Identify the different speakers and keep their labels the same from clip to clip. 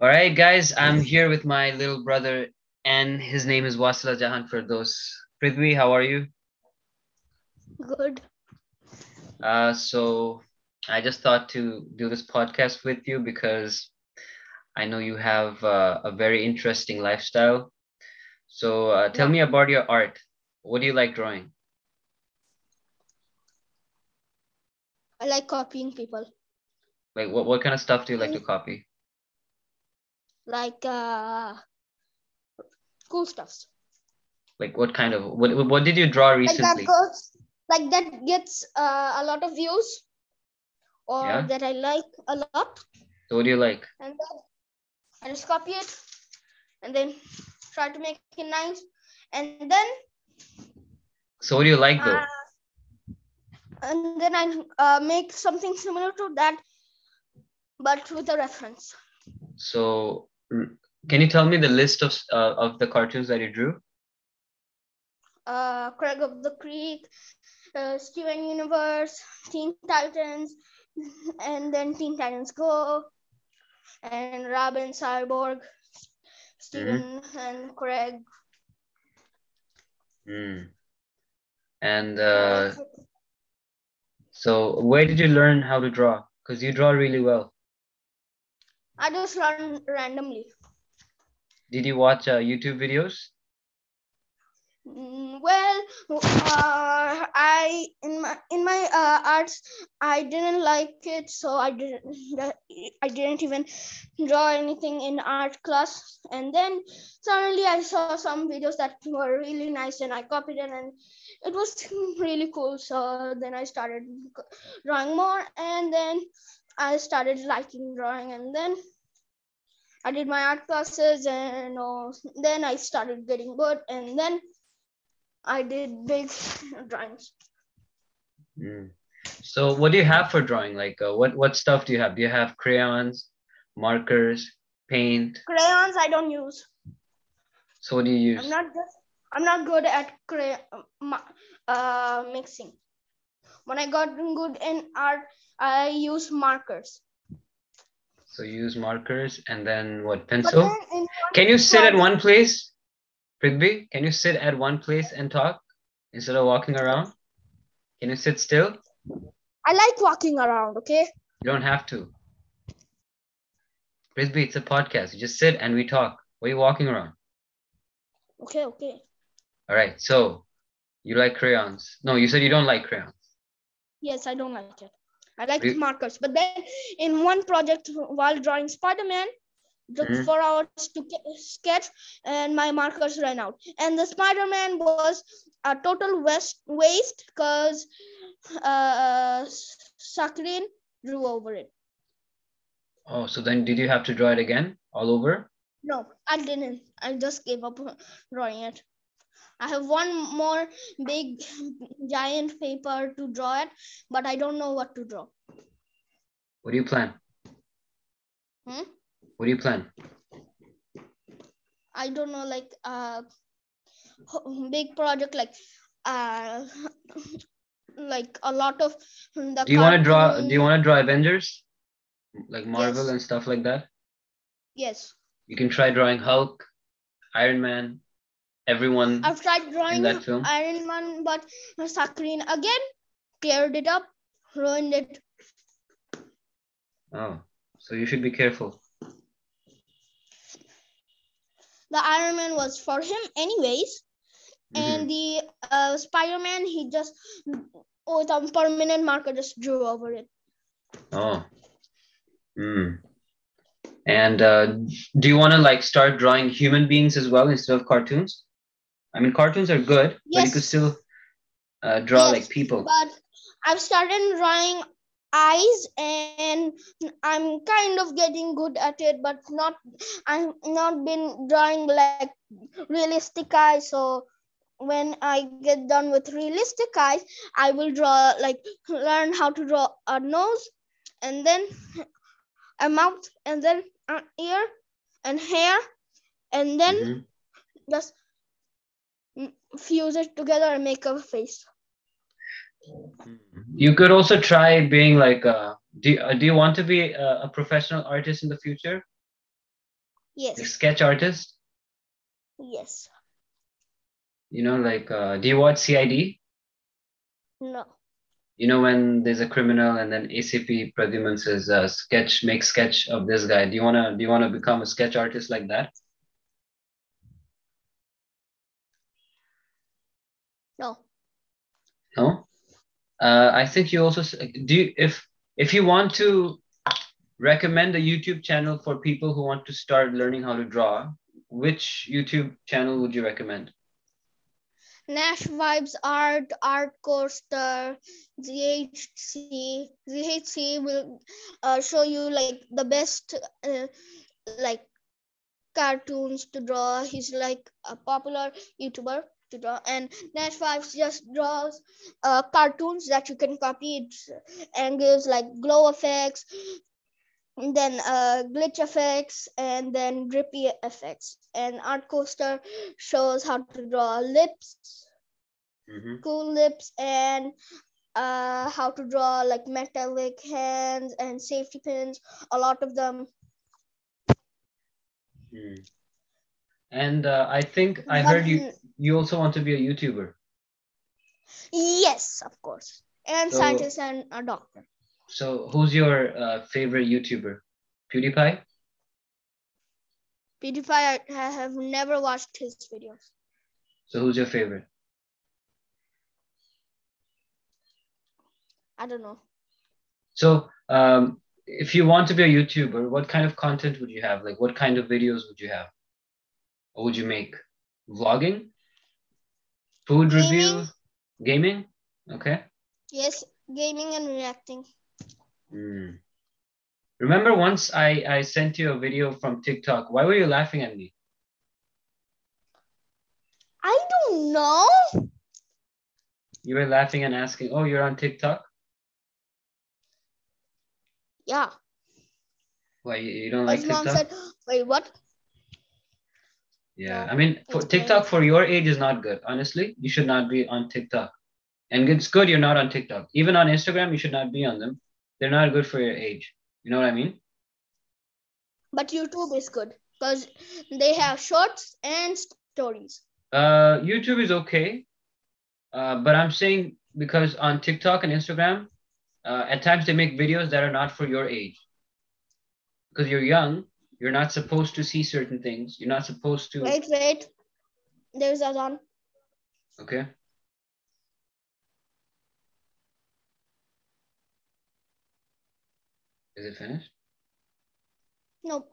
Speaker 1: All right, guys, I'm here with my little brother, and his name is Wasila Jahan Firdos. Prithvi, how are you?
Speaker 2: Good.
Speaker 1: Uh, so I just thought to do this podcast with you because I know you have uh, a very interesting lifestyle. So uh, tell me about your art. What do you like drawing?
Speaker 2: I like copying people.
Speaker 1: Like, what, what kind of stuff do you like to copy?
Speaker 2: Like uh cool stuffs.
Speaker 1: Like, what kind of what what did you draw
Speaker 2: Like that
Speaker 1: recently?
Speaker 2: goes like that gets uh, a lot of views or
Speaker 1: Yeah.
Speaker 2: that I like a lot
Speaker 1: So what do you like?
Speaker 2: and then I just copy it and then try to make it nice and then
Speaker 1: So what do you like though?
Speaker 2: uh, and then I uh, make something similar to that but with a reference.
Speaker 1: So r- can you tell me the list of s- uh, of the cartoons that you drew?
Speaker 2: uh, Craig of the Creek, uh, Steven Universe, Teen Titans, and then Teen Titans Go, and Robin Cyborg, Steven and Craig.
Speaker 1: Mm. And uh, so where did you learn how to draw? Because you draw really well.
Speaker 2: I just run randomly.
Speaker 1: Did you watch uh, YouTube videos?
Speaker 2: Mm, Well, uh, I in my in my uh, arts, I didn't like it, so I didn't I didn't even draw anything in art class. And then suddenly I saw some videos that were really nice, and I copied it, and it was really cool. So then I started drawing more, and then I started liking drawing, and then I did my art classes, and uh, then I started getting good, and then I did big drawings.
Speaker 1: Mm. So what do you have for drawing? Like uh, what what stuff do you have? Do you have crayons, markers, paint?
Speaker 2: Crayons I don't use.
Speaker 1: So what do you use?
Speaker 2: I'm not good. I'm not good at cray- ma- uh, mixing. When I got good in art, I use markers.
Speaker 1: So you use markers and then what
Speaker 2: But
Speaker 1: pencil?
Speaker 2: then in
Speaker 1: Can you sit at
Speaker 2: Right.
Speaker 1: one place, Prithvi? Can you sit at one place and talk instead of walking around? Can you sit still?
Speaker 2: I like walking around. Okay.
Speaker 1: You don't have to. Prithvi, it's a podcast. You just sit and we talk. Why are you walking around?
Speaker 2: Okay. Okay.
Speaker 1: All right. So you like crayons? No, you said you don't like crayons.
Speaker 2: Yes, I don't like it. I like
Speaker 1: Re-
Speaker 2: markers. But then in one project while drawing Spider Man, took
Speaker 1: Mhm.
Speaker 2: four hours to ke- sketch and my markers ran out. And the Spider Man was a total west- waste because uh, Sakrin drew over it.
Speaker 1: Oh, so then did you have to draw it again all over?
Speaker 2: No, I didn't. I just gave up drawing it. I have one more big giant paper to draw it, but I don't know what to draw.
Speaker 1: What do you plan?
Speaker 2: Hmm?
Speaker 1: What do you plan?
Speaker 2: I don't know, like uh, ho- big project, like uh, like a lot of the.
Speaker 1: Do you want to draw?
Speaker 2: cartoon-
Speaker 1: Do you want to draw Avengers, like Marvel
Speaker 2: Yes.
Speaker 1: and stuff like that?
Speaker 2: Yes,
Speaker 1: You can try drawing Hulk, Iron Man, everyone
Speaker 2: I've tried
Speaker 1: in
Speaker 2: drawing
Speaker 1: that film.
Speaker 2: Iron Man, but Sakrin again teared it up, ruined it.
Speaker 1: Oh, so you should be careful.
Speaker 2: The Iron Man was for him, anyways,
Speaker 1: Mhm.
Speaker 2: and the uh, Spider Man he just with a permanent marker just drew over it.
Speaker 1: Oh. Mm. And uh, do you want to like start drawing human beings as well instead of cartoons? I mean, cartoons are good, but you could
Speaker 2: Yes.
Speaker 1: still uh, draw
Speaker 2: Yes,
Speaker 1: like people.
Speaker 2: but I've started drawing eyes and I'm kind of getting good at it, but not I'm not been drawing like realistic eyes. So when I get done with realistic eyes, I will draw like learn how to draw a nose and then a mouth and then an ear and hair and then
Speaker 1: Mhm.
Speaker 2: just fuse it together and make a face.
Speaker 1: Mm-hmm. You could also try being like a do, uh, do you want to be uh, a, a professional artist in the future a
Speaker 2: Yes.
Speaker 1: sketch artist
Speaker 2: Yes.
Speaker 1: you know like uh, do you watch cid
Speaker 2: No.
Speaker 1: you know when there's a criminal and then acp pradyuman says uh, sketch make sketch of this guy do you want to do you want to become a sketch artist like that
Speaker 2: No.
Speaker 1: no uh, i think you also s- do you, if if you want to recommend a youtube channel for people who want to start learning how to draw which youtube channel would you recommend
Speaker 2: Nash Vibes Art, Art Coaster, ZHC. ZHC will uh, show you like the best uh, like cartoons to draw. He's like a popular YouTuber to draw, and Nash Vibes just draws uh, cartoons that you can copy It's and gives like glow effects, and then uh, glitch effects, and then drippy effects. And Art Coaster shows how to draw lips,
Speaker 1: mm-hmm.
Speaker 2: cool lips, and uh, how to draw like metallic hands and safety pins, a lot of them.
Speaker 1: and uh, i think i heard you you also want to be a youtuber
Speaker 2: Yes, of course. And
Speaker 1: So-
Speaker 2: scientist and a doctor.
Speaker 1: so who's your uh, favorite youtuber pewdiepie
Speaker 2: PewDiePie, I I have never watched his videos.
Speaker 1: so who's your favorite
Speaker 2: I don't know.
Speaker 1: so um, if you want to be a youtuber what kind of content would you have like what kind of videos would you have or would you make vlogging food review gaming okay
Speaker 2: Yes, gaming and reacting.
Speaker 1: Mm. remember once i i sent you a video from tiktok why were you laughing at me
Speaker 2: I don't know.
Speaker 1: you were laughing and asking oh you're on tiktok
Speaker 2: Yeah.
Speaker 1: why you, you don't like
Speaker 2: His
Speaker 1: tiktok
Speaker 2: mom said, wait, what?
Speaker 1: Yeah,
Speaker 2: No,
Speaker 1: I mean, for
Speaker 2: it's
Speaker 1: TikTok
Speaker 2: banned.
Speaker 1: for your age is not good. Honestly, you should not be on TikTok. And it's good you're not on TikTok. Even on Instagram, you should not be on them. They're not good for your age. You know what I mean?
Speaker 2: But YouTube is good because they have shorts and stories.
Speaker 1: Uh, YouTube is okay, uh, but I'm saying because on TikTok and Instagram, uh, at times they make videos that are not for your age. Because you're young, you're not supposed to see certain things. You're not supposed to.
Speaker 2: Wait, wait. There's Azan.
Speaker 1: Okay. Is it finished?
Speaker 2: No.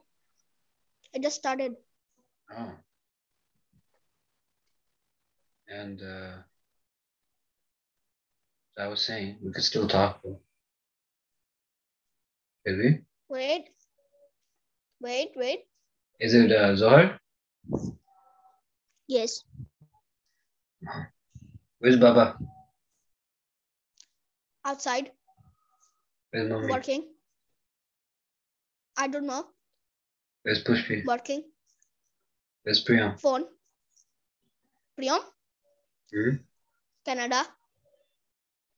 Speaker 2: I just started.
Speaker 1: Oh. And uh, I was saying we could still talk. Maybe.
Speaker 2: Wait. Wait, wait.
Speaker 1: Is it uh, Zohar?
Speaker 2: Yes.
Speaker 1: Where's Baba?
Speaker 2: Outside
Speaker 1: Where's Mommy?
Speaker 2: working. I don't know.
Speaker 1: Where's Pushpi?
Speaker 2: Working.
Speaker 1: Where's Priya?
Speaker 2: Phone. Priyam.
Speaker 1: Hmm?
Speaker 2: Canada.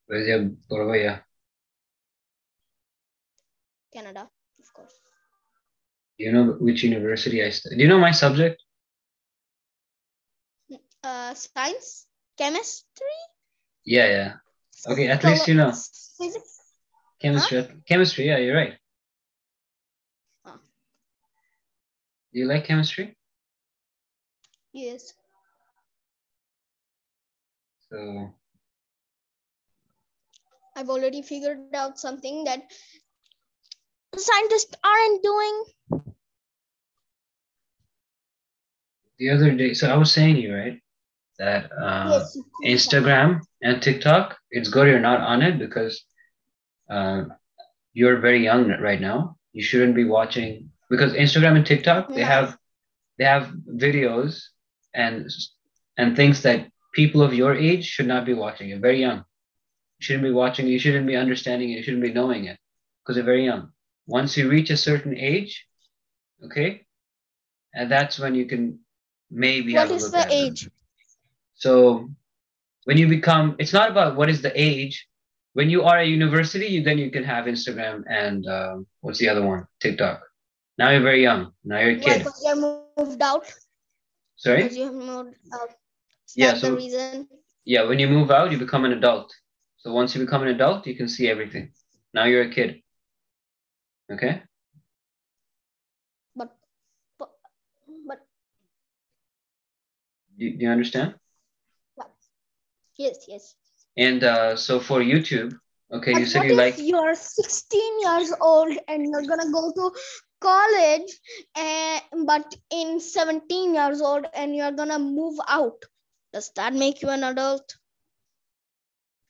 Speaker 1: Where's your Gorvaya?
Speaker 2: Canada. Of course.
Speaker 1: Do you know which university I study? Do you know my subject?
Speaker 2: Uh, science. Chemistry.
Speaker 1: Yeah, yeah. Okay, at least you know.
Speaker 2: Physics.
Speaker 1: Chemistry. Chemistry, yeah, you're right.
Speaker 2: Huh.
Speaker 1: Do you like chemistry?
Speaker 2: Yes.
Speaker 1: So
Speaker 2: I've already figured out something that scientists aren't doing.
Speaker 1: the other day, so I was saying you right that uh,
Speaker 2: yes, you could.
Speaker 1: Instagram and TikTok, it's good you're not on it because uh, you're very young right now. You shouldn't be watching because Instagram and TikTok they
Speaker 2: No.
Speaker 1: have they have videos and and things that people of your age should not be watching. You're very young. You shouldn't be watching. You shouldn't be understanding it. You shouldn't be knowing it because you're very young. Once you reach a certain age, okay, and that's when you can maybe
Speaker 2: What
Speaker 1: have a
Speaker 2: is
Speaker 1: look
Speaker 2: the
Speaker 1: at them.
Speaker 2: age?
Speaker 1: So when you become, it's not about what is the age, when you are at university, you, then you can have Instagram and um, what's the other one? TikTok. Now you're very young. Now you're a kid.
Speaker 2: Because you have moved out. Because
Speaker 1: Sorry.
Speaker 2: you have moved out. Is
Speaker 1: Yeah,
Speaker 2: that
Speaker 1: so-
Speaker 2: the reason.
Speaker 1: Yeah, when you move out, you become an adult. So once you become an adult, you can see everything. Now you're a kid. Okay.
Speaker 2: But, but, but
Speaker 1: Do you, do you understand?
Speaker 2: yes, yes.
Speaker 1: And uh, so for YouTube, okay, you
Speaker 2: But
Speaker 1: said
Speaker 2: what
Speaker 1: you
Speaker 2: if
Speaker 1: like.
Speaker 2: you're 16 years old and you're gonna go to college, and, but in 17 years old and you're gonna move out? Does that make you an adult?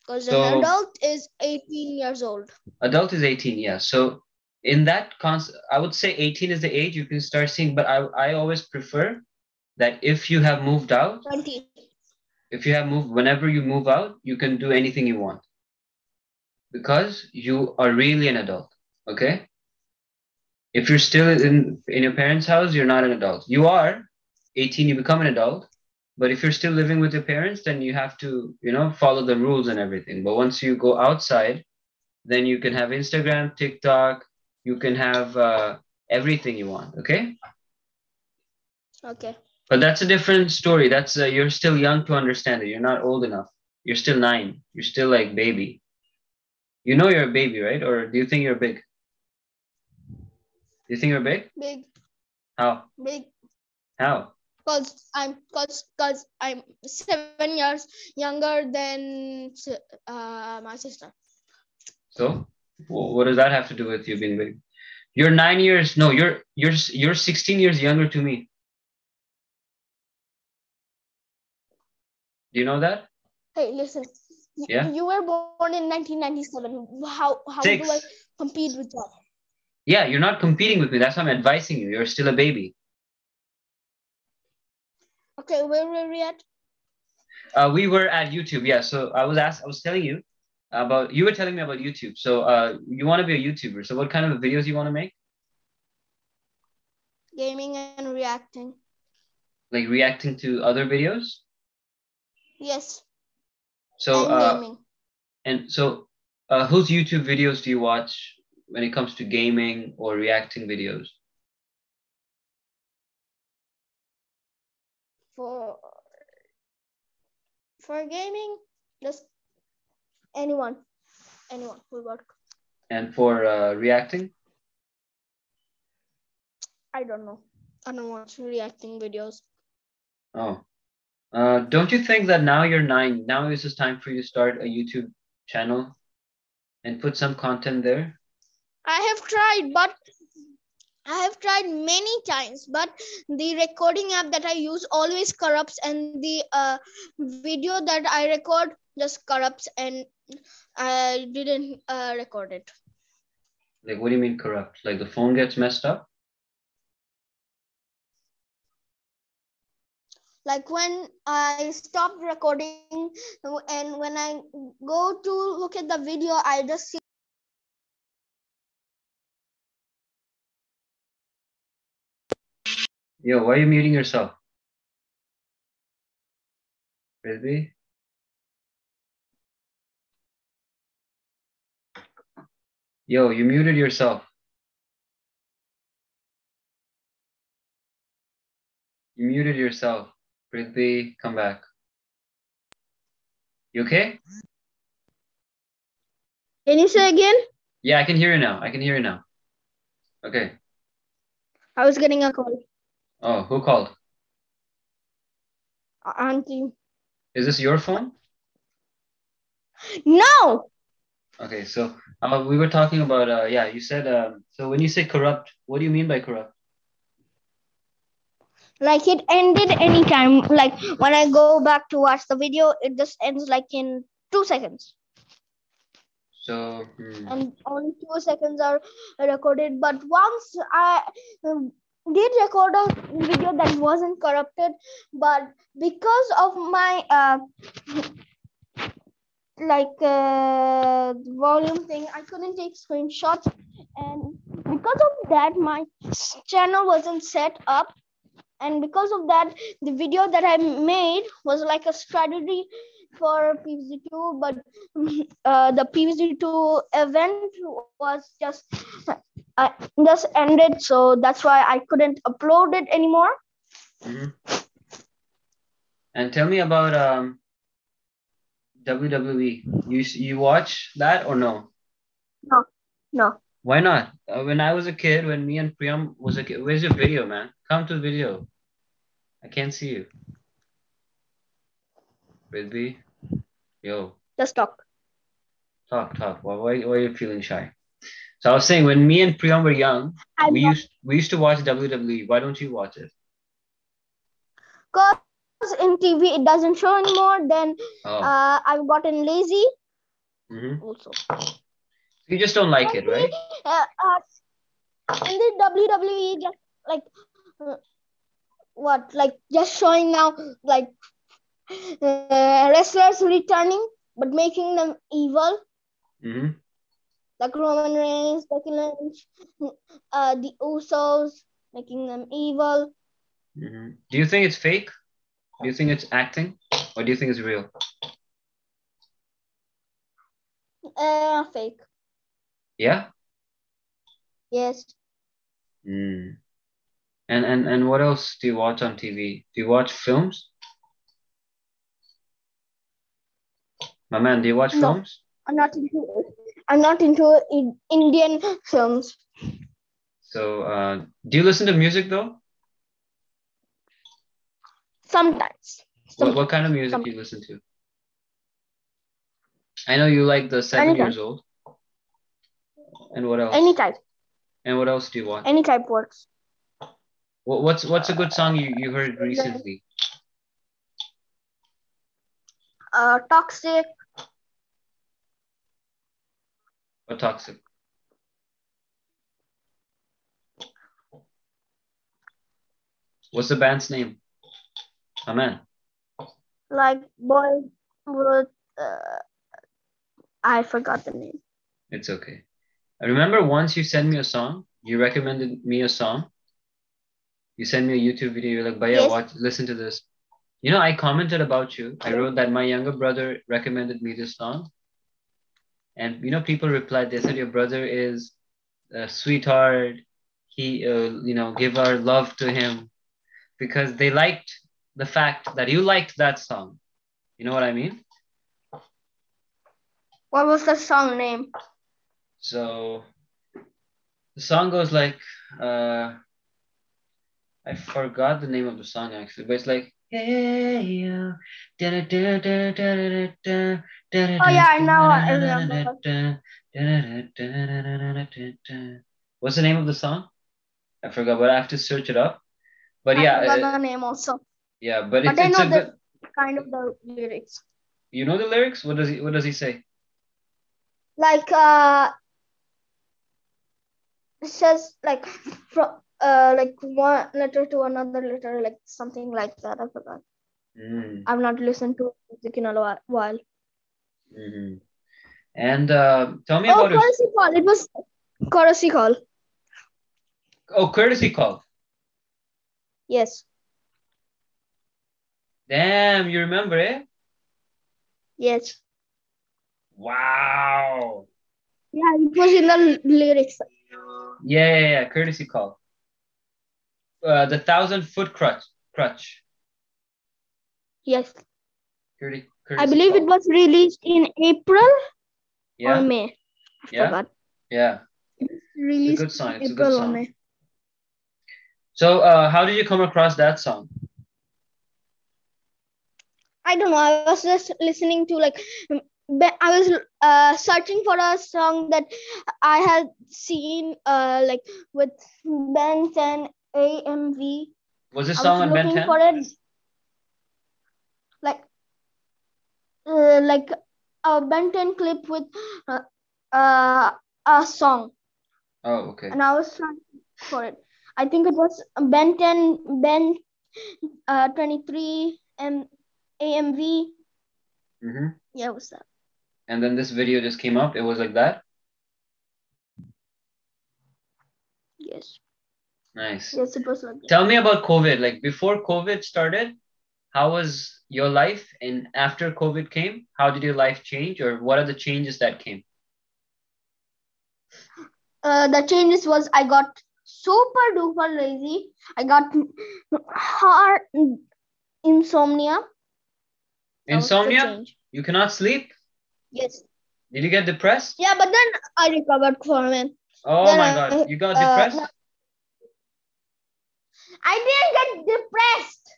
Speaker 2: Because
Speaker 1: So-
Speaker 2: an adult is 18 years old.
Speaker 1: adult is 18 yeah so in that cons- i would say 18 is the age you can start seeing but i i always prefer that if you have moved out
Speaker 2: 20.
Speaker 1: if you have moved whenever you move out you can do anything you want because you are really an adult okay if you're still in in your parents house you're not an adult you are 18 you become an adult but if you're still living with your parents then you have to you know follow the rules and everything but once you go outside then you can have instagram tiktok you can have uh, everything you want okay
Speaker 2: Okay.
Speaker 1: but that's a different story. That's uh, you're still young to understand it. You're not old enough. You're still nine. You're still like baby. You know you're a baby, right? Or do you think you're big? Do you think you're big?
Speaker 2: Big,
Speaker 1: How?
Speaker 2: big.
Speaker 1: How?
Speaker 2: Cause I'm, cause, cause I'm seven years younger than s- uh, my sister.
Speaker 1: So, wh- what does that have to do with you being big? You're nine years. No, you're you're s- you're 16 years younger to me. Do you know that?
Speaker 2: Hey, listen. Y-
Speaker 1: Yeah?
Speaker 2: You were born in 1997. How, how
Speaker 1: Six.
Speaker 2: do I compete with that?
Speaker 1: Yeah, you're not competing with me. That's why I'm advising you. You're still a baby.
Speaker 2: Okay, where were we at?
Speaker 1: Uh, we were at YouTube. Yeah. So I was asked, I was telling you about, you were telling me about YouTube. So uh, you want to be a YouTuber. So what kind of videos you want to make?
Speaker 2: Gaming and reacting.
Speaker 1: Like reacting to other videos.
Speaker 2: Yes,
Speaker 1: So
Speaker 2: and
Speaker 1: uh,
Speaker 2: gaming.
Speaker 1: and so uh, whose YouTube videos do you watch when it comes to gaming or reacting videos?
Speaker 2: For for gaming, just anyone, anyone will work.
Speaker 1: And for uh, reacting,
Speaker 2: I don't know. I don't watch reacting videos.
Speaker 1: oh, uh, don't you think that now you're nine? Now is this time for you to start a YouTube channel and put some content there?
Speaker 2: I have tried, but I have tried many times, but the recording app that I use always corrupts, and the uh, video that I record just corrupts, and I didn't uh, record it.
Speaker 1: Like, what do you mean corrupt? Like the phone gets messed up?
Speaker 2: like when i stopped recording and when i go to look at the video i just see
Speaker 1: Yo, why are you muting yourself? Frisbee? Yo, you muted yourself. You muted yourself. Frisbee, come back. You okay?
Speaker 2: can you say again
Speaker 1: Yeah, I can hear you now. I can hear you now. Okay.
Speaker 2: i was getting a call
Speaker 1: Oh, who called?
Speaker 2: A- auntie
Speaker 1: Is this your phone?
Speaker 2: no
Speaker 1: Okay, so uh, we were talking about uh, yeah. You said um, so when you say corrupt, what do you mean by corrupt?
Speaker 2: like it ended anytime like when i go back to watch the video it just ends like in two seconds
Speaker 1: So hmm,
Speaker 2: and only two seconds are recorded but once i um, did record a video that wasn't corrupted but because of my uh, like uh, volume thing i couldn't take screenshots and because of that my s- channel wasn't set up and because of that the video that i made was like a strategy for PVC2, but uh, the PVC2 event was just uh, just ended, so that's why I couldn't upload it anymore.
Speaker 1: Mm-hmm. And tell me about um, WWE. You s- you watch that or no?
Speaker 2: No,
Speaker 1: Why not? Uh, when I was a kid, when me and Priyam was a kid, where's your video, man? Come to the video. I can't see you. Ridby, yo,
Speaker 2: just talk.
Speaker 1: talk, talk. Why, why, why are you feeling shy? So I was saying, when me and Priyam were young,
Speaker 2: I'm
Speaker 1: we used we used to watch WWE. Why don't you watch it?
Speaker 2: because in TV it doesn't show anymore. Then
Speaker 1: Oh,
Speaker 2: uh, I've gotten lazy
Speaker 1: mhm.
Speaker 2: also.
Speaker 1: you just don't like it, right?
Speaker 2: Uh, uh, in the WWE, just like uh, what, like just showing now, like uh, wrestlers returning but making them evil, E?
Speaker 1: hmm
Speaker 2: like Roman Reigns, Becky Lynch, uh, the Usos, making them evil.
Speaker 1: hmm Do you think it's fake? Do you think it's acting, or do you think it's real?
Speaker 2: Uh, fake.
Speaker 1: Yeah.
Speaker 2: Yes.
Speaker 1: Mm. And and and what else do you watch on TV? Do you watch films? My man, do you watch
Speaker 2: No.
Speaker 1: films?
Speaker 2: I'm not into. I'm not into in- Indian films.
Speaker 1: So, uh, do you listen to music though?
Speaker 2: Sometimes.
Speaker 1: What, what kind of music
Speaker 2: some-
Speaker 1: do you listen to? I know you like the seven
Speaker 2: Any
Speaker 1: years old. And what else?
Speaker 2: Any type.
Speaker 1: and what else do you want?
Speaker 2: Any type works.
Speaker 1: What, what's what's a good song you, you heard recently?
Speaker 2: Uh, toxic.
Speaker 1: Or toxic? What's the band's name? My man.
Speaker 2: like boy with uh, I forgot the name.
Speaker 1: It's okay. I remember once you sent me a song. You recommended me a song. You sent me a YouTube video. You're like, "Bhaiya,
Speaker 2: Yes.
Speaker 1: watch, listen to this." You know, I commented about you. I wrote that my younger brother recommended me this song, and you know, people replied. They said, "Your brother is a sweetheart. He, uh, you know, give our love to him," because they liked the fact that you liked that song. You know what I mean?
Speaker 2: What was the song name?
Speaker 1: So the song goes like uh I forgot the name of the song actually, but it's like Hey you Oh
Speaker 2: yeah, I know, I remember.
Speaker 1: What's the name of the song? I forgot, but I have to search it up. But yeah,
Speaker 2: I forgot
Speaker 1: uh,
Speaker 2: the name also.
Speaker 1: yeah, but
Speaker 2: But
Speaker 1: it's,
Speaker 2: I
Speaker 1: it's
Speaker 2: know
Speaker 1: a
Speaker 2: the-
Speaker 1: good.
Speaker 2: Kind of the lyrics.
Speaker 1: You know the lyrics? What does he What does he say?
Speaker 2: Like uh it says like from uh like one letter to another letter, like something like that. I forgot.
Speaker 1: Mm.
Speaker 2: I've not listened to music in a lo- while.
Speaker 1: hmm And uh, tell me
Speaker 2: Oh
Speaker 1: about your,
Speaker 2: courtesy call. It was courtesy call.
Speaker 1: oh courtesy call.
Speaker 2: Yes.
Speaker 1: Damn, you remember it?
Speaker 2: Yes.
Speaker 1: Wow.
Speaker 2: Yeah, it was in the l- lyrics.
Speaker 1: Yeah, yeah, yeah. Courtesy call. Uh, the thousand foot crutch. Crutch.
Speaker 2: Yes.
Speaker 1: Courtesy,
Speaker 2: I believe it was released in April
Speaker 1: Yeah,
Speaker 2: or May. I
Speaker 1: Yeah.
Speaker 2: forgot.
Speaker 1: yeah. It's a
Speaker 2: Released
Speaker 1: good song. It's a good
Speaker 2: April or
Speaker 1: song.
Speaker 2: May.
Speaker 1: So, uh, how did you come across that song?
Speaker 2: I don't know. I was just listening to like um, be- I was uh, searching for a song that I had seen uh like with Ben 10 AMV.
Speaker 1: Was this
Speaker 2: I
Speaker 1: song
Speaker 2: was
Speaker 1: on Ben
Speaker 2: looking
Speaker 1: 10?
Speaker 2: for it. Like uh, like a Ben 10 clip with uh, uh, a song.
Speaker 1: Oh, okay.
Speaker 2: and I was trying for it. I think it was Ben 10, Ben uh, 23, M- AMV.
Speaker 1: Mm-hmm.
Speaker 2: Yeah, it was that.
Speaker 1: And then this video just came up. It was like that.
Speaker 2: Yes.
Speaker 1: Nice.
Speaker 2: Yes, it was like that.
Speaker 1: Tell me about COVID. Like before COVID started, how was your life and after covid came how did your life change or what are the changes that came
Speaker 2: Uh, the changes was I got super duper lazy. I got hard insomnia. That was the
Speaker 1: insomnia
Speaker 2: change.
Speaker 1: you cannot sleep
Speaker 2: Yes.
Speaker 1: did you get depressed
Speaker 2: Yeah, but then I recovered from it.
Speaker 1: oh
Speaker 2: Then
Speaker 1: my
Speaker 2: I-
Speaker 1: god you got
Speaker 2: uh,
Speaker 1: depressed
Speaker 2: no. I didn't get depressed.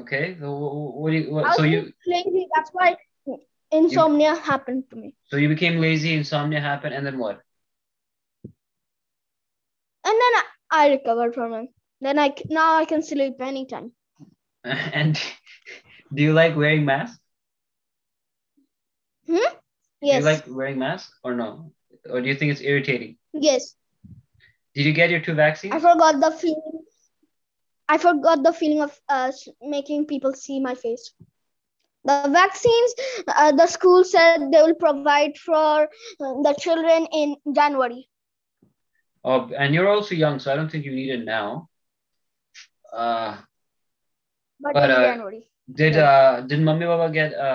Speaker 1: okay so wh- wh- what do you, what,
Speaker 2: I
Speaker 1: so
Speaker 2: was
Speaker 1: you
Speaker 2: lazy. That's why insomnia happened to me.
Speaker 1: so you became lazy insomnia happened and then what
Speaker 2: And then I, I recovered from it. Then I c- now I can sleep anytime.
Speaker 1: and do you like wearing masks
Speaker 2: Yes.
Speaker 1: do you like wearing masks or no or do you think it's irritating
Speaker 2: yes.
Speaker 1: did you get your two
Speaker 2: I
Speaker 1: vaccines
Speaker 2: forgot the feeling. I forgot the feeling of uh, s- making people see my face. The vaccines, uh, the school said they will provide for uh, the children in January.
Speaker 1: oh and you're also young so i don't think you need it now uh
Speaker 2: But,
Speaker 1: But,
Speaker 2: in
Speaker 1: uh,
Speaker 2: January,
Speaker 1: Did
Speaker 2: Yeah.
Speaker 1: uh did mummy baba get a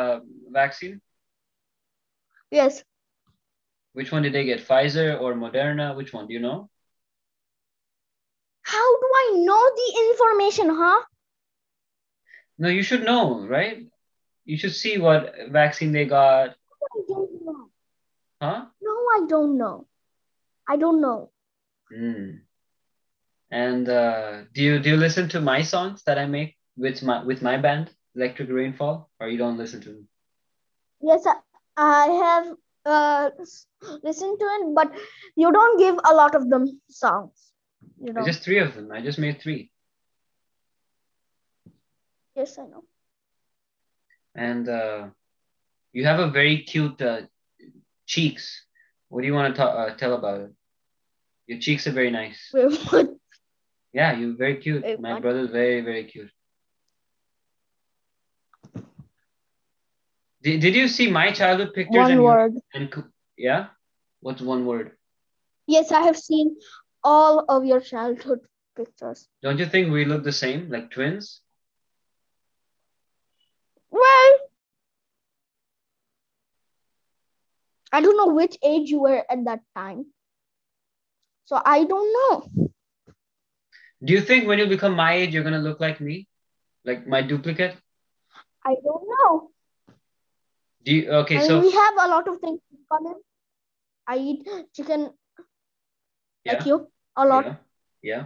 Speaker 1: vaccine?
Speaker 2: yes,
Speaker 1: Which one did they get? Pfizer or Moderna? Which one do you know?
Speaker 2: how do I know the information, huh?
Speaker 1: No, you should know, right? You should see what vaccine they got,
Speaker 2: I don't know.
Speaker 1: huh?
Speaker 2: No, I don't know. I don't know.
Speaker 1: Mm. And uh, do you do you listen to my songs that I make with my with my band Electric Rainfall, or you don't listen to them?
Speaker 2: Yes, I, I have uh, s- listened to it, but you don't give a lot of them songs. You know.
Speaker 1: There's just three of them. I just made three.
Speaker 2: Yes, I know.
Speaker 1: And uh, you have a very cute uh, cheeks. What do you want to ta- uh, tell about it? Your cheeks are very nice.
Speaker 2: Wait, what?
Speaker 1: Yeah, you're very cute.
Speaker 2: Wait,
Speaker 1: My
Speaker 2: what?
Speaker 1: brother's very, very cute. Did, did you see my childhood pictures?
Speaker 2: One
Speaker 1: and your-
Speaker 2: word.
Speaker 1: and co- yeah? What's one word?
Speaker 2: Yes, I have seen all of your childhood pictures.
Speaker 1: Don't you think we look the same, like twins?
Speaker 2: Well, I don't know which age you were at that time. So I don't know.
Speaker 1: Do you think when you become my age, you're gonna look like me? Like my duplicate?
Speaker 2: I don't know.
Speaker 1: Do you, okay,
Speaker 2: I mean,
Speaker 1: so
Speaker 2: we have a lot of things in common. I eat chicken like
Speaker 1: Yeah.
Speaker 2: you a lot.
Speaker 1: yeah, yeah.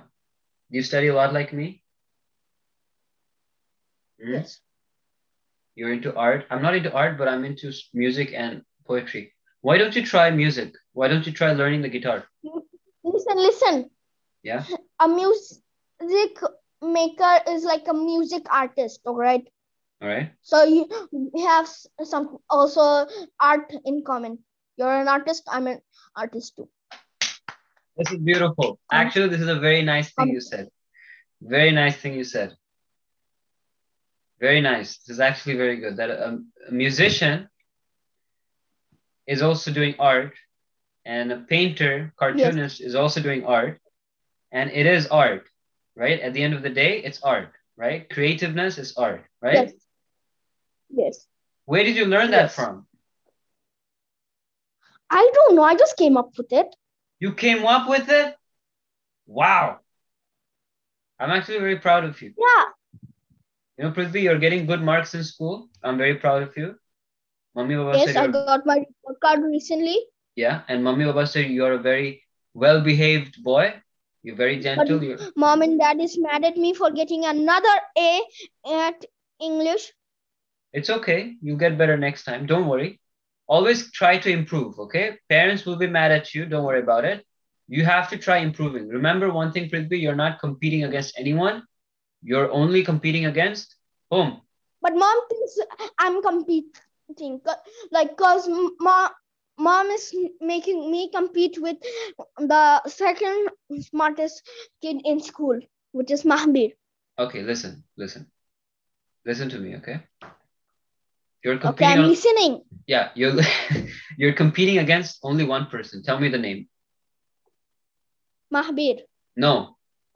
Speaker 1: Do you study a lot like me? Hmm?
Speaker 2: Yes.
Speaker 1: You're into art? I'm not into art, but I'm into s- music and poetry. Why don't you try music? Why don't you try learning the guitar?
Speaker 2: Listen, listen.
Speaker 1: Yeah.
Speaker 2: A music maker is like a music artist, all right?
Speaker 1: All right.
Speaker 2: So you we have s- some also art in common. You're an artist. I'm an artist too.
Speaker 1: This is beautiful.
Speaker 2: Um,
Speaker 1: Actually, this is a very nice thing
Speaker 2: um,
Speaker 1: you said. Very nice thing you said. Very nice. This is actually very good. That a, a musician is also doing art, and a painter, cartoonist is also doing art, and it is art, right? At the end of the day, it's art, right? Creativeness is art, right?
Speaker 2: Yes. Yes.
Speaker 1: Where did you learn that
Speaker 2: Yes.
Speaker 1: from?
Speaker 2: I don't know. I just came up with it.
Speaker 1: You came up with it? Wow. I'm actually very proud of you.
Speaker 2: Yeah.
Speaker 1: You know, Prithvi, you're getting good marks in school. I'm very proud of you. Mummy Baba
Speaker 2: Yes,
Speaker 1: said,
Speaker 2: I
Speaker 1: you're-
Speaker 2: got my report card recently,
Speaker 1: yeah, and Mummy Baba said you're a very well-behaved boy. You're very gentle.
Speaker 2: But-
Speaker 1: You're,
Speaker 2: mom and dad is mad at me for getting another A at English.
Speaker 1: it's okay. You get better next time. Don't worry. Always try to improve. Okay, parents will be mad at you. Don't worry about it. You have to try improving. Remember one thing, Prithvi, you're not competing against anyone. You're only competing against whom?
Speaker 2: But mom thinks I'm competing, co- like, cause m- mom mom is making me compete with the second smartest kid in school, which is Mahbir.
Speaker 1: Okay, listen, listen, listen to me. Okay, you're
Speaker 2: Okay,
Speaker 1: competing.
Speaker 2: I'm
Speaker 1: on-
Speaker 2: listening.
Speaker 1: Yeah, you're you're competing against only one person. Tell me the name.
Speaker 2: Mahbir.
Speaker 1: No,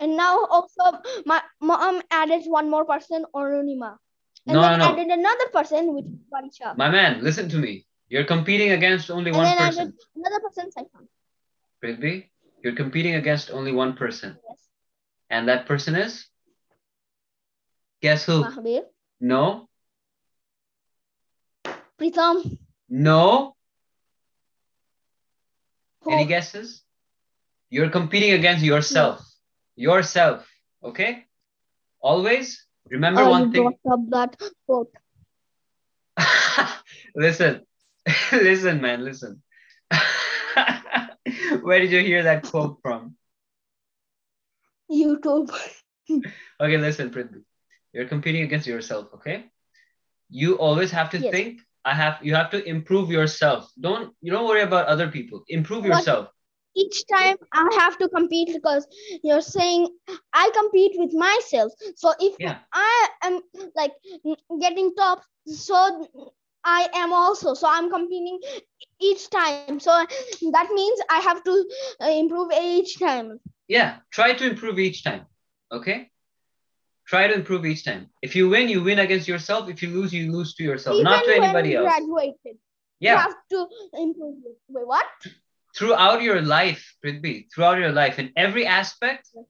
Speaker 2: And now also my mom added one more person, Orunima. And
Speaker 1: No,
Speaker 2: then
Speaker 1: no, no.
Speaker 2: added another person, which is Varisha.
Speaker 1: My man, listen to me. You're competing against only
Speaker 2: And
Speaker 1: one
Speaker 2: then I
Speaker 1: person.
Speaker 2: another person, Saifan.
Speaker 1: Prithvi, you're competing against only one person.
Speaker 2: Yes.
Speaker 1: And that person is? Guess who?
Speaker 2: Mahabir.
Speaker 1: No,
Speaker 2: Pritham.
Speaker 1: no.
Speaker 2: Who?
Speaker 1: Any guesses? You're competing against yourself. Yourself. Okay? Always remember
Speaker 2: Oh,
Speaker 1: one
Speaker 2: you
Speaker 1: thing.
Speaker 2: brought up that quote.
Speaker 1: listen, listen, man, listen. Where did you hear that quote from?
Speaker 2: YouTube.
Speaker 1: Okay, listen, Prithvi. You're competing against yourself, okay? You always have to
Speaker 2: Yes.
Speaker 1: think. I have you have to improve yourself. Don't you don't worry about other people. Improve
Speaker 2: What-
Speaker 1: yourself.
Speaker 2: Each time I have to compete because you're saying I compete with myself. So if
Speaker 1: Yeah.
Speaker 2: I am like n- getting top, so I am also. So I'm competing each time. So that means I have to uh, improve each time.
Speaker 1: Yeah. Try to improve each time. Okay? Try to improve each time. If you win, you win against yourself. If you lose, you lose to yourself, not to
Speaker 2: Even when
Speaker 1: anybody else.
Speaker 2: Graduated. You
Speaker 1: yeah.
Speaker 2: have to improve. it. Wait, what?
Speaker 1: Throughout your life, Prithvi, throughout your life, in every aspect,
Speaker 2: Yes.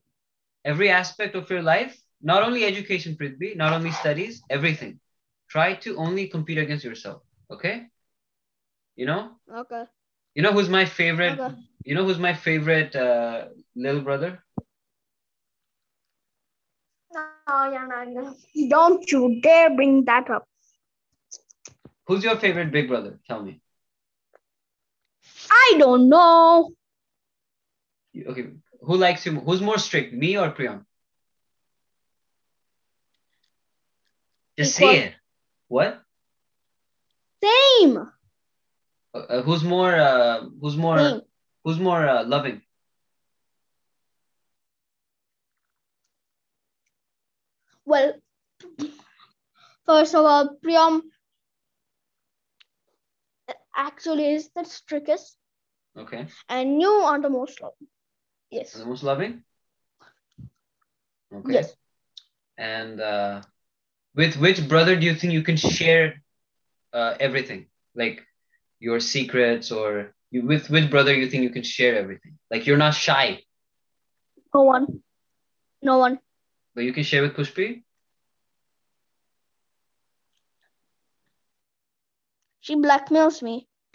Speaker 1: every aspect of your life, not only education, Prithvi, not only studies, everything. Try to only compete against yourself. Okay? You know?
Speaker 2: Okay.
Speaker 1: You know who's my favorite?
Speaker 2: Okay.
Speaker 1: You know who's my favorite uh, little brother?
Speaker 2: No, you're not gonna. Don't you dare bring that up.
Speaker 1: Who's your favorite big brother? Tell me.
Speaker 2: I don't know.
Speaker 1: You- Okay. Who likes you? mo- Who's more strict, me or Priyan? Just say
Speaker 2: Equal.
Speaker 1: it. What?
Speaker 2: Same.
Speaker 1: Uh, uh, who's more? Uh, who's more?
Speaker 2: Same.
Speaker 1: Who's more uh, loving?
Speaker 2: Well, first of all, Priyam actually is the strictest,
Speaker 1: Okay.
Speaker 2: and you are the most loving. Yes.
Speaker 1: The most loving. Okay.
Speaker 2: Yes.
Speaker 1: And uh, with which brother do you think you can share uh, everything, like your secrets, or you, with which brother you think you can share everything? Like you're not shy,
Speaker 2: No one. No one.
Speaker 1: but you can share with Pushpi.
Speaker 2: She blackmails me.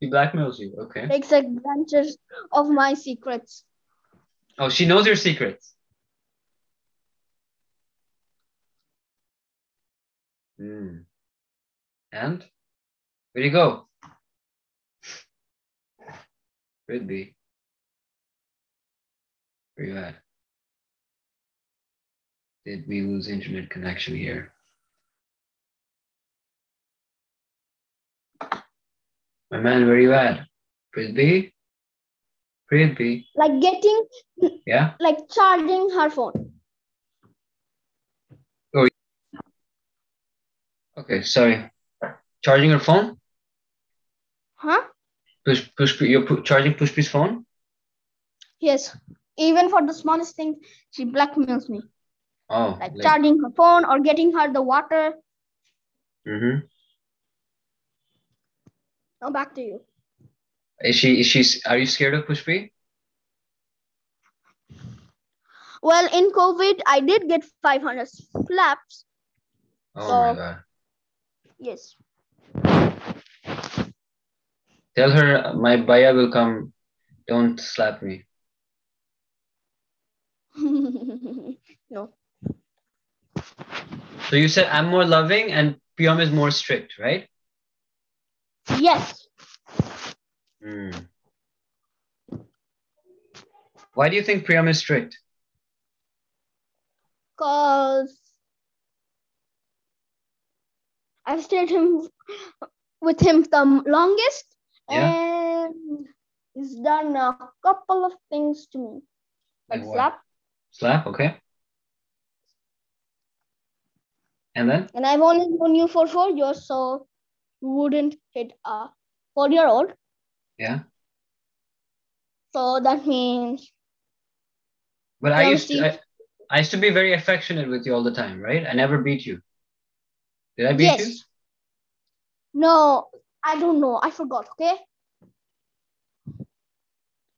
Speaker 1: he blackmails you. Okay.
Speaker 2: Takes advantage of my secrets.
Speaker 1: Oh, she knows your secrets. Hmm. And where you go? Could be. Where you at? Did we lose internet connection here? My man, where you at? Frisbee? Frisbee?
Speaker 2: Like getting,
Speaker 1: Yeah?
Speaker 2: like charging her phone.
Speaker 1: Okay, sorry. Charging your phone?
Speaker 2: Huh?
Speaker 1: Push, push, you're pu- charging Pushpi's phone?
Speaker 2: Yes. Even for the smallest thing, she blackmails me.
Speaker 1: Oh,
Speaker 2: Like
Speaker 1: like-
Speaker 2: charging her phone or getting her the water.
Speaker 1: Mhm.
Speaker 2: Now back to you.
Speaker 1: Is she, is she, are you scared of Pushpi?
Speaker 2: Well, in COVID, I did get 500 slaps.
Speaker 1: Oh
Speaker 2: No.
Speaker 1: my God.
Speaker 2: Yes.
Speaker 1: Tell her uh, my baya will come. Don't slap me.
Speaker 2: no.
Speaker 1: So you said I'm more loving and Piyam is more strict, right?
Speaker 2: Yes.
Speaker 1: Why do you think Priyam is strict?
Speaker 2: Because I've stayed him with him the longest. And he's done a couple of things to me. Like
Speaker 1: Like what?
Speaker 2: slap.
Speaker 1: Slap, okay. And then?
Speaker 2: And I've only known you for four years, so you wouldn't hit a four year old.
Speaker 1: Yeah.
Speaker 2: So that means
Speaker 1: But I
Speaker 2: Yeah,
Speaker 1: used to,
Speaker 2: Steve.
Speaker 1: I, I used to be very affectionate with you all the time, right? I never beat you. Did I beat you?
Speaker 2: yes. No, I don't know. I forgot. Okay.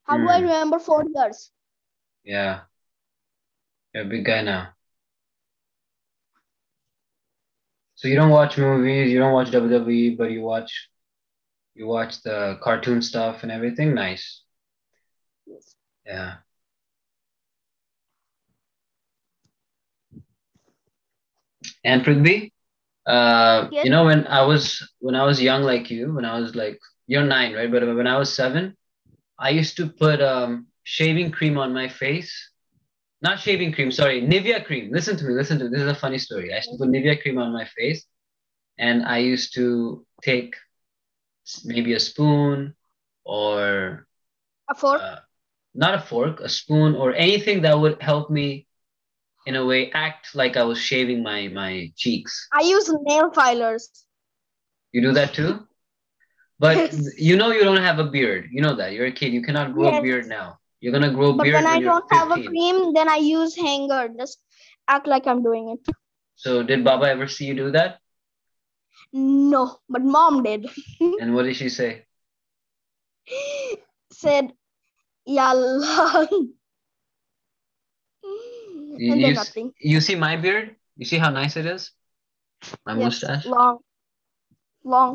Speaker 2: How do I
Speaker 1: Hmm.
Speaker 2: remember four years?
Speaker 1: Yeah. You're a big guy now. So you don't watch movies, you don't watch WWE, but you watch you watch the cartoon stuff and everything. Nice.
Speaker 2: Yes.
Speaker 1: Yeah. And Prithvi, uh,
Speaker 2: Yes.
Speaker 1: you know when I was when I was young like you, when I was like you're nine, right? But when I was seven, I used to put um, shaving cream on my face. Not shaving cream, sorry, Nivea cream. Listen to me, listen to me. This is a funny story. I used to put Nivea cream on my face, and I used to take s- maybe a spoon or
Speaker 2: A four.
Speaker 1: uh, not a fork, a spoon, or anything that would help me, in a way, act like I was shaving my my cheeks.
Speaker 2: I use nail filers.
Speaker 1: Oh, You do that too, but
Speaker 2: Yes.
Speaker 1: you know you don't have a beard. You know that you're a kid. You cannot grow a
Speaker 2: Yes.
Speaker 1: beard now. You're gonna grow a
Speaker 2: But
Speaker 1: beard
Speaker 2: when I
Speaker 1: you're
Speaker 2: don't have a
Speaker 1: 15.
Speaker 2: cream, then I use hanger. Just act like I'm doing it.
Speaker 1: So did Baba ever see you do that?
Speaker 2: No, but mom did.
Speaker 1: And what did she say?
Speaker 2: Said, yalla.
Speaker 1: You,
Speaker 2: and
Speaker 1: you
Speaker 2: then
Speaker 1: s-
Speaker 2: nothing.
Speaker 1: you see my beard? You see how nice it is? My
Speaker 2: Yes,
Speaker 1: mustache.
Speaker 2: Long. Long.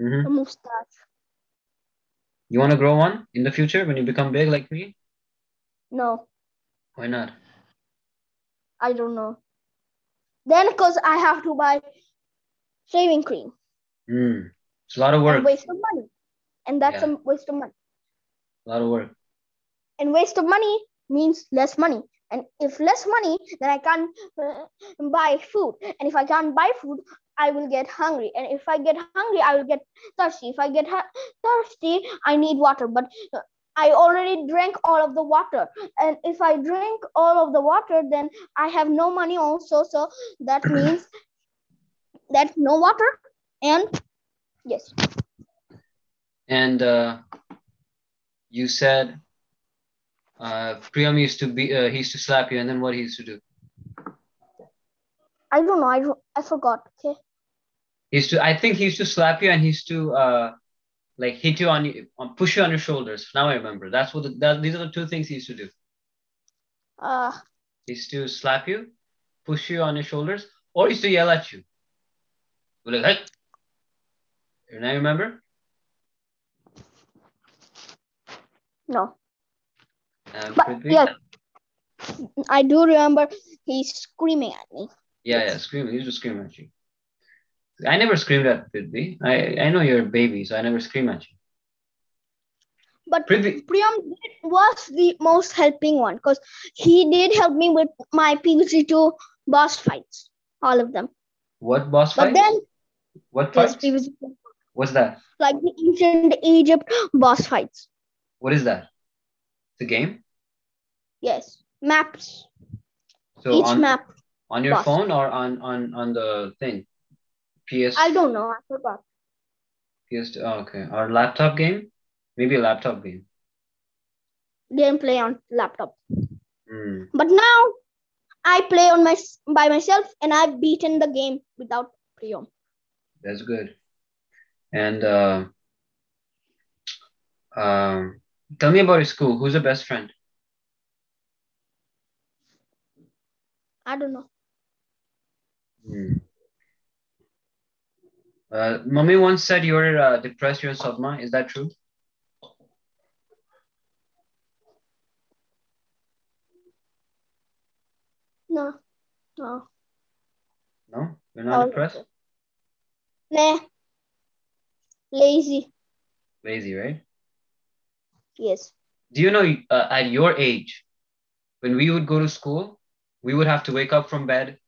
Speaker 1: hmm
Speaker 2: The mustache.
Speaker 1: You want to grow one in the future when you become big like me?
Speaker 2: No,
Speaker 1: Why not?
Speaker 2: I don't know. Then, because I have to buy shaving cream
Speaker 1: Mm. It's a lot of work.
Speaker 2: and waste of money. And that's
Speaker 1: Yeah.
Speaker 2: a waste of money.
Speaker 1: A lot of work.
Speaker 2: and waste of money means less money and if less money then i can't uh, buy food and if i can't buy food i will get hungry and if i get hungry i will get thirsty if i get hu- thirsty i need water but uh, i already drank all of the water and if i drink all of the water then i have no money also so that means that no water and yes
Speaker 1: and uh, you said uh, Priyam used to be uh, he used to slap you, and then what he used to do?
Speaker 2: i don't know i, don't- I forgot okay
Speaker 1: He used to I think he used to slap you, and he used to uh, like hit you on, y- on push you on your shoulders. Now I remember. That's what the, that, these are the two things he used to do.
Speaker 2: uh,
Speaker 1: He used to slap you, push you on your shoulders, or he used to yell at you. Be Like, hey. And I remember.
Speaker 2: no
Speaker 1: Um,
Speaker 2: But,
Speaker 1: Prithvi?
Speaker 2: yeah. i do remember he's screaming at me
Speaker 1: Yeah, yeah, scream. He used to scream at you. I never screamed at Prithvi. I, I know you're a baby, so I never scream at you.
Speaker 2: But
Speaker 1: Prithvi,
Speaker 2: Priyam did- was the most helping one because he did help me with my PVC2 boss fights, all of them.
Speaker 1: what boss
Speaker 2: But
Speaker 1: fight?
Speaker 2: then,
Speaker 1: What
Speaker 2: yes,
Speaker 1: fight?
Speaker 2: PVC2,
Speaker 1: What's that?
Speaker 2: like the ancient Egypt boss fights.
Speaker 1: What is that? The game?
Speaker 2: Yes, maps,
Speaker 1: So
Speaker 2: each
Speaker 1: on
Speaker 2: map.
Speaker 1: on your
Speaker 2: boss.
Speaker 1: phone or on on on the thing? PS
Speaker 2: I don't know, I forgot.
Speaker 1: PS oh, okay. Or laptop game? Maybe a laptop game.
Speaker 2: Didn't play on laptop.
Speaker 1: Hmm.
Speaker 2: But now I play on my by myself, and I've beaten the game without Priyam.
Speaker 1: that's good. And uh, um, tell me about your school. Who's your best friend?
Speaker 2: I don't know.
Speaker 1: Hmm. Uh, mommy once said you're uh, depressed. You're in Sadma. Is that true?
Speaker 2: No, no.
Speaker 1: No, you're not
Speaker 2: Oh,
Speaker 1: depressed.
Speaker 2: Nah. Lazy.
Speaker 1: Lazy, right?
Speaker 2: Yes.
Speaker 1: do you know uh, at your age when we would go to school we would have to wake up from bed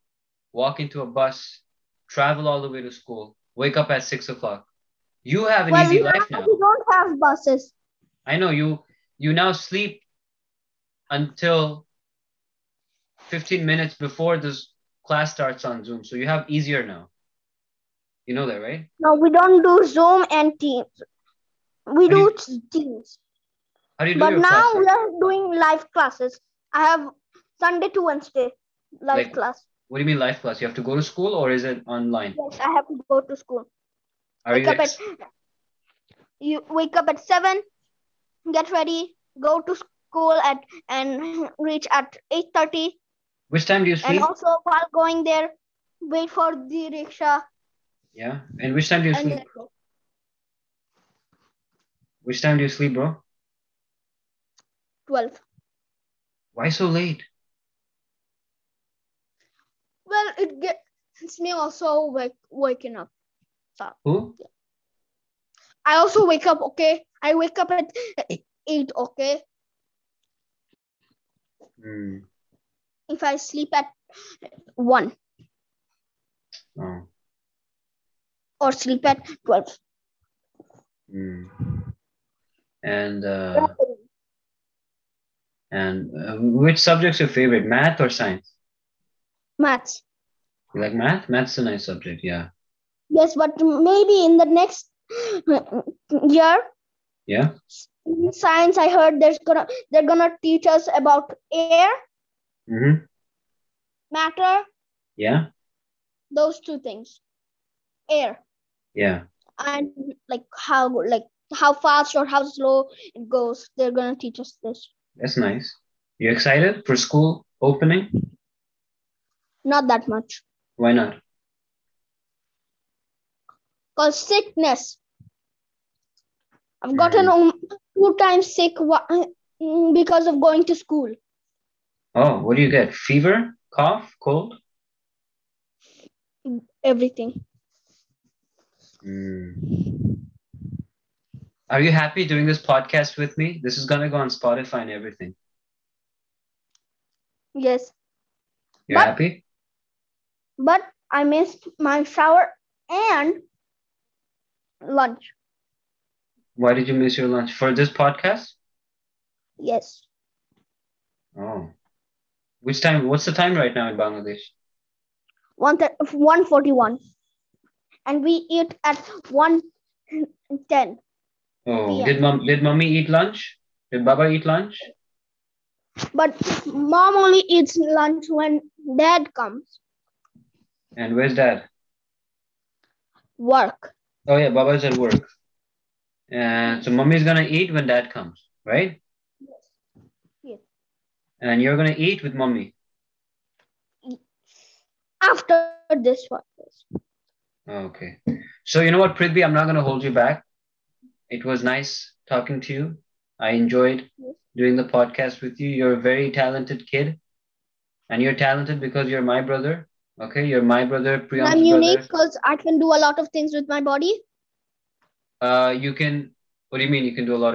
Speaker 1: walk into a bus travel all the way to school wake up at six o'clock you have an
Speaker 2: well,
Speaker 1: easy
Speaker 2: now
Speaker 1: life now
Speaker 2: we don't have buses.
Speaker 1: i know you you now sleep until 15 minutes before this class starts on zoom so you have easier now you know that right
Speaker 2: No, we don't do Zoom and Teams. We
Speaker 1: What do
Speaker 2: do
Speaker 1: you-
Speaker 2: t- Teams.
Speaker 1: How do you do
Speaker 2: But
Speaker 1: your
Speaker 2: now
Speaker 1: class?
Speaker 2: we are doing live classes. I have Sunday to Wednesday live
Speaker 1: Like-
Speaker 2: class.
Speaker 1: What do you mean live class? You have to go to school or is it online?
Speaker 2: Yes, I have to go to school.
Speaker 1: Are
Speaker 2: wake
Speaker 1: you
Speaker 2: up
Speaker 1: ex-
Speaker 2: at you wake up at seven, get ready, go to school at and reach at eight thirty.
Speaker 1: which time do you sleep?
Speaker 2: And also while going there, wait for the rickshaw
Speaker 1: yeah. And which time do you
Speaker 2: and
Speaker 1: sleep?
Speaker 2: then go.
Speaker 1: Which time do you sleep, bro?
Speaker 2: twelve.
Speaker 1: Why so late?
Speaker 2: Well, it gets me also wake, waking up.
Speaker 1: Who?
Speaker 2: I also wake up. Okay, I wake up at eight. Okay,
Speaker 1: Hmm.
Speaker 2: if I sleep at one
Speaker 1: Oh.
Speaker 2: or sleep at twelve.
Speaker 1: Hmm. And uh, and uh, which subject's your favorite? Math or science?
Speaker 2: Maths.
Speaker 1: You like math? Math's a nice subject. Yeah.
Speaker 2: Yes, but maybe in the next year
Speaker 1: Yeah.
Speaker 2: in science, I heard there's gonna they're gonna teach us about air,
Speaker 1: Mm-hmm.
Speaker 2: matter,
Speaker 1: Yeah.
Speaker 2: those two things, air
Speaker 1: Yeah.
Speaker 2: and like how like how fast or how slow it goes. They're gonna teach us this.
Speaker 1: That's nice. You excited for school opening?
Speaker 2: Not that much.
Speaker 1: Why not?
Speaker 2: Cause sickness. I've gotten um, two times sick wa- mm, because of going to school.
Speaker 1: Oh, what do you get? Fever, cough, cold?
Speaker 2: Everything.
Speaker 1: Mm. Are you happy doing this podcast with me? This is gonna go on Spotify and everything.
Speaker 2: Yes,
Speaker 1: You're
Speaker 2: But-
Speaker 1: happy?
Speaker 2: but I missed my shower and lunch.
Speaker 1: Why did you miss your lunch for this podcast?
Speaker 2: Yes.
Speaker 1: Oh, which time? What's the time right now in Bangladesh?
Speaker 2: one thir- 141 and we eat at 110
Speaker 1: Oh,
Speaker 2: Yeah.
Speaker 1: did mom did mommy eat lunch? Did Baba eat lunch?
Speaker 2: but mom only eats lunch when dad comes
Speaker 1: And where's dad?
Speaker 2: work
Speaker 1: Oh yeah, Baba's at work. And so mommy's gonna eat when dad comes, right?
Speaker 2: Yes.
Speaker 1: And you're gonna eat with mommy.
Speaker 2: after this one
Speaker 1: Oh, Okay. So you know what, Prithvi, I'm not going to hold you back. It was nice talking to you. I enjoyed
Speaker 2: Yes.
Speaker 1: doing the podcast with you. You're a very talented kid, and you're talented because you're my brother. Okay, you're my brother, Priyank's
Speaker 2: i'm unique
Speaker 1: brother.
Speaker 2: because i can do a lot of things with my body
Speaker 1: Uh, you can. What do you mean? You can do a lot of